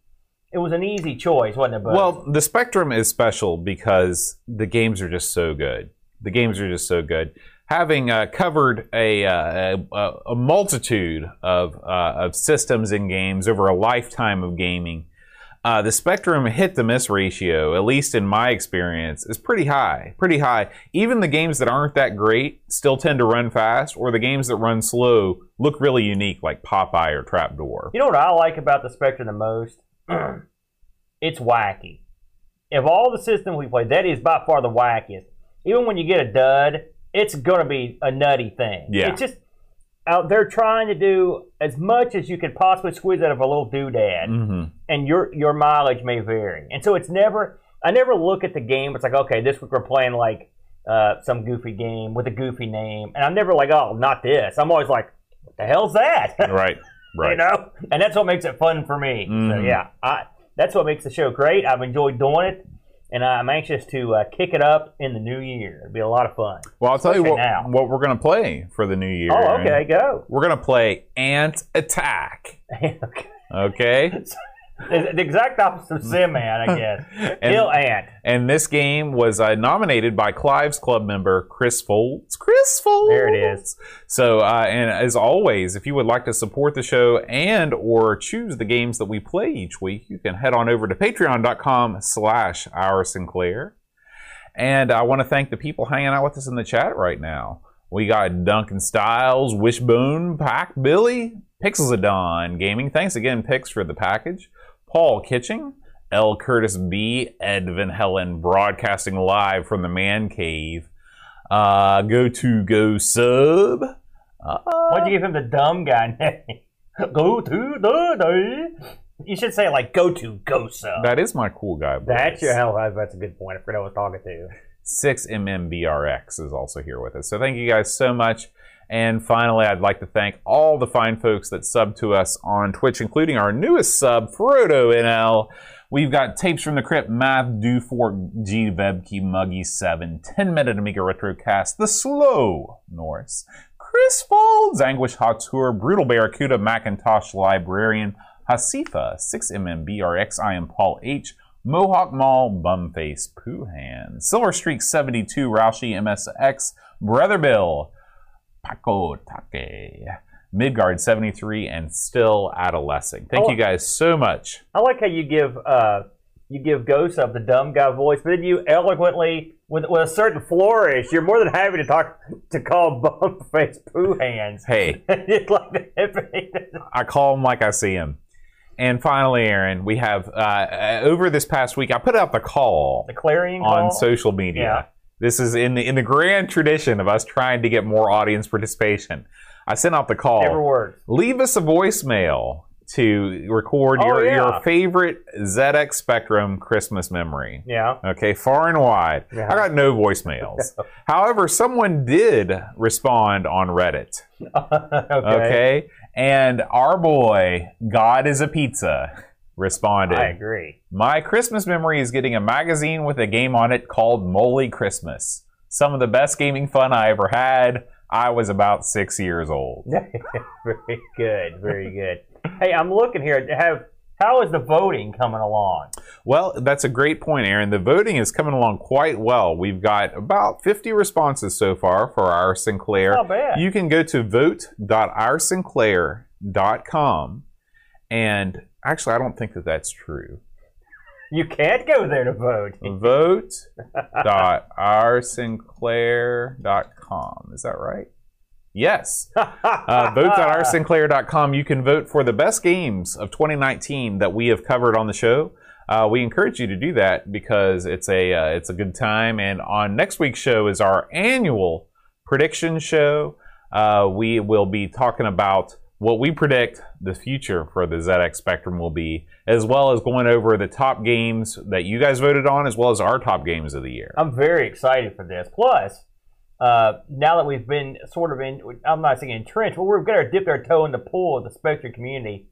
It was an easy choice, wasn't it? Buzz?
Well, the Spectrum is special because the games are just so good. The games are just so good. Having uh, covered a, uh, a a multitude of uh, of systems and games over a lifetime of gaming, uh, the Spectrum hit the miss ratio, at least in my experience, is pretty high. Pretty high. Even the games that aren't that great still tend to run fast, or the games that run slow look really unique, like Popeye or Trapdoor.
you know what I like about the Spectrum the most? it's wacky. Of all the systems we played, that is by far the wackiest. Even when you get a dud, it's gonna be a nutty thing.
Yeah.
It's just out there trying to do as much as you could possibly squeeze out of a little doodad.
Mm-hmm.
and your your mileage may vary. And so it's never I never look at the game. It's like okay, this week we're playing like uh, some goofy game with a goofy name, and I'm never like oh not this. I'm always like what the hell's that?
Right. Right.
you know, and that's what makes it fun for me. So
Mhm.
yeah, I, that's what makes the show great. I've enjoyed doing it. And I'm anxious to uh, kick it up in the new year. It'll be a lot of fun.
Well, I'll tell you
Especially
what,
now.
what we're going to play for the new year.
Oh,
Aaron.
okay, go.
We're going to play Ant Attack. Okay.
It's the exact opposite of Sim Man, I guess. Kill Ant.
and this game was uh, nominated by Clive's club member, Chris Folds. Chris Folds.
There it is.
So, uh, and as always, if you would like to support the show and or choose the games that we play each week, you can head on over to patreon.com slash our Sinclair. And I want to thank the people hanging out with us in the chat right now. We got Duncan Styles, Wishbone, Pack Billy, Pixeladon Gaming. Thanks again, Pix, for the package. Paul Kitching, L. Curtis B, Ed Van Helen, broadcasting live from the man cave. Uh, go to go sub. Uh,
Why'd you give him the dumb guy name? go to the day. You should say like go to go sub.
that is my cool guy. voice.
That's your hell. That's a good point. I forgot I was talking to.
6MMBRX is also here with us. So thank you guys so much. And finally, I'd like to thank all the fine folks that sub to us on Twitch, including our newest sub, Frodo NL. We've got Tapes from the Crypt, Math, Dewfork, G, Vebke, Muggy 7, 10 Minute Amiga Retrocast, The Slow Norse, Chris Folds, Anguish Hauteur, Brutal Barracuda, Macintosh Librarian, Hasifa, 6MMBRX, I am Paul H., Mohawk Mall, Bumface, Poohan, Silver Streak 72, Roushi MSX, Brother Bill, Paco Take, Midgard 73, and Still Adolescent. Thank
Oh.
you guys so much.
I like how you give uh you give go sub the dumb guy voice, but then you eloquently with with a certain flourish. You're more than happy to talk to call bump face poo hands.
Hey,
It's like that.
I call him like I see him. And finally, Aaron, we have uh, uh, over this past week, I put out the call
the clarion call.
on social media. This is in the in the grand tradition of us trying to get more audience participation. I sent out the call.
Never works.
Leave us a voicemail to record
Oh,
your,
yeah.
your favorite ZX Spectrum Christmas memory.
Yeah.
Okay, far and wide.
Yeah.
I got no voicemails. However, someone did respond on Reddit. Okay.
okay.
And our boy, God is a Pizza, responded.
I agree.
My Christmas memory is getting a magazine with a game on it called Moly Christmas. Some of the best gaming fun I ever had. I was about six years old.
very good. Very good. Hey, I'm looking here. Have how is the voting coming along?
Well, that's a great point, Aaron. The voting is coming along quite well. We've got about 50 responses so far for our Sinclair.
Not bad.
You can go to vote.oursinclair.com. And actually, I don't think that that's true.
You can't go there to vote.
vote.rsinclair.com. Is that right? Yes. Uh, vote.rsinclair.com. You can vote for the best games of 2019 that we have covered on the show. Uh, we encourage you to do that because it's a uh, it's a good time. And on next week's show is our annual prediction show. Uh, we will be talking about what we predict the future for the ZX Spectrum will be, as well as going over the top games that you guys voted on, as well as our top games of the year.
I'm very excited for this. Plus, uh, now that we've been sort of in, I'm not saying entrenched, but we're going to dip our toe in the pool of the Spectrum community.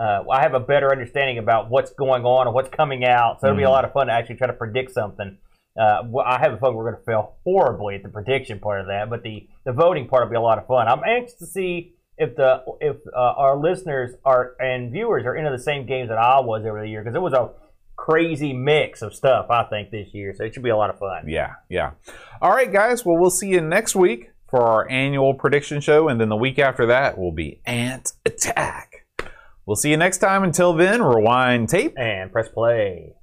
Uh, I have a better understanding about what's going on and what's coming out, so it'll be a lot of fun to actually try to predict something. Uh, well, I have a feeling we're going to fail horribly at the prediction part of that, but the, the voting part will be a lot of fun. I'm anxious to see if the if uh, our listeners are and viewers are into the same games that I was over the year because it was a crazy mix of stuff I think this year, so it should be a lot of fun.
Yeah, yeah. All right, guys. Well, we'll see you next week for our annual prediction show, and then the week after that will be Ant Attack. We'll see you next time. Until then, rewind tape.
and press play.